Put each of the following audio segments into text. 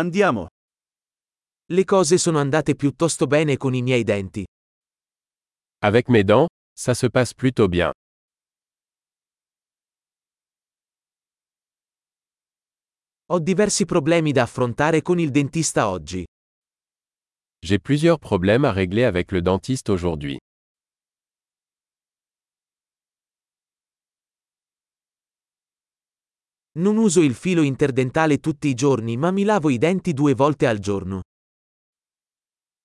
Andiamo. Le cose sono andate piuttosto bene con i miei denti. Avec mes dents, ça se passe plutôt bien. Ho diversi problemi da affrontare con il dentista oggi. J'ai plusieurs problèmes à régler avec le dentiste aujourd'hui. Non uso il filo interdentale tutti i giorni, ma mi lavo i denti due volte al giorno.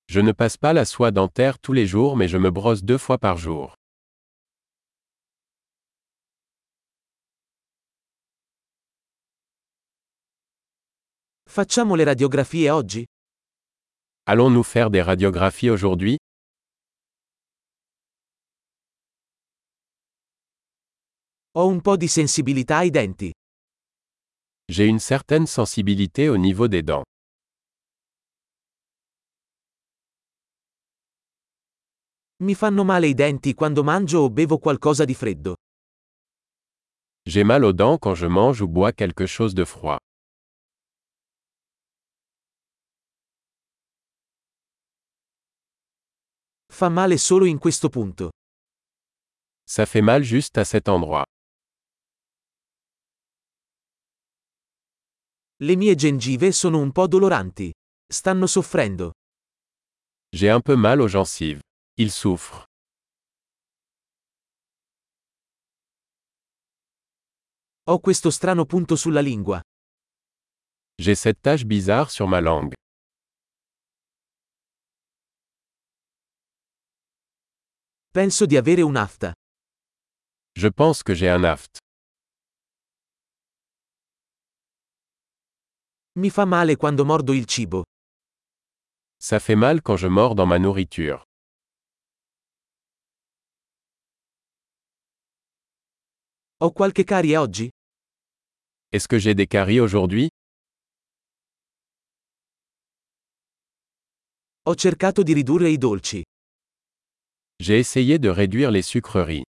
Je ne passe pas la soie dentaire tous les jours mais je me brosse deux fois par jour. Facciamo le radiografie oggi? Allons-nous faire des radiographies aujourd'hui Ho un po' di sensibilità ai denti. J'ai une certaine sensibilité au niveau des dents. Mi fanno male i denti quando mangio o bevo qualcosa di freddo. J'ai mal aux dents quand je mange ou bois quelque chose de froid. Fa male solo in questo punto. Ça fait mal juste à cet endroit. Le mie gengive sono un po' doloranti. Stanno soffrendo. J'ai un peu mal aux gencives. Il souffre. Ho questo strano punto sulla lingua. J'ai cette tache bizarre sur ma langue. Penso di avere un'afta. Je pense que j'ai un aft. Mi fa male quando mordo il cibo. Ça fait mal quand je mords dans ma nourriture. Ho qualche carie oggi? Est-ce que j'ai des caries aujourd'hui Ho cercato di ridurre i dolci. J'ai essayé de réduire les sucreries.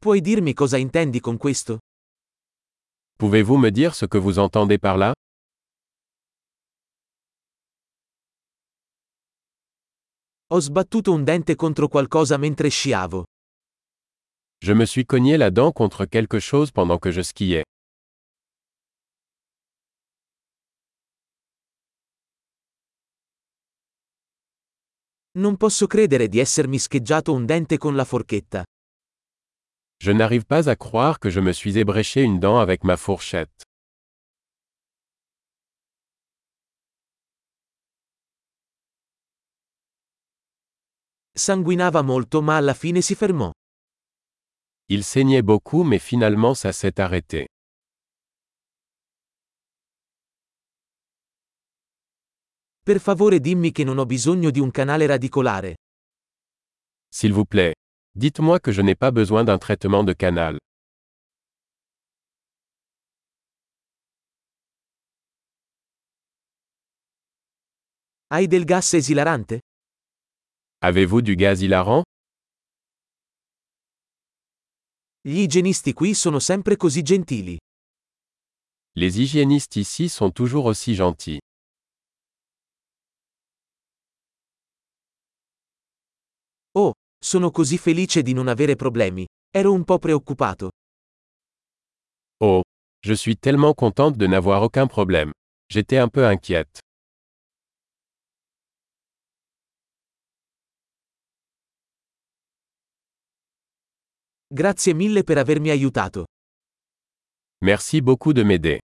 Puoi dirmi cosa intendi con questo? Pouvez-vous me dire ce que vous entendez par là Ho sbattuto un dente contro qualcosa mentre sciavo. Je me suis cogné la dent contre quelque chose pendant que je skiais. Non posso credere di essermi scheggiato un dente con la forchetta. Je n'arrive pas à croire que je me suis ébréché une dent avec ma fourchette. Sanguinava molto ma alla fine si fermò. Il saignait beaucoup mais finalement ça s'est arrêté. Per favore dimmi che non ho bisogno di un canale radicolare. S'il vous plaît. Dites-moi que je n'ai pas besoin d'un traitement de canal. Hai del gas esilarante? Avez-vous du gaz hilarant Gli igienisti qui sono sempre così gentili. Les hygiénistes ici sont toujours aussi gentils. Sono così felice di non avere problemi. Ero un po' preoccupato. Oh, je suis tellement contente de n'avoir aucun problème. J'étais un peu inquiète. Grazie mille per avermi aiutato. Merci beaucoup de m'aider.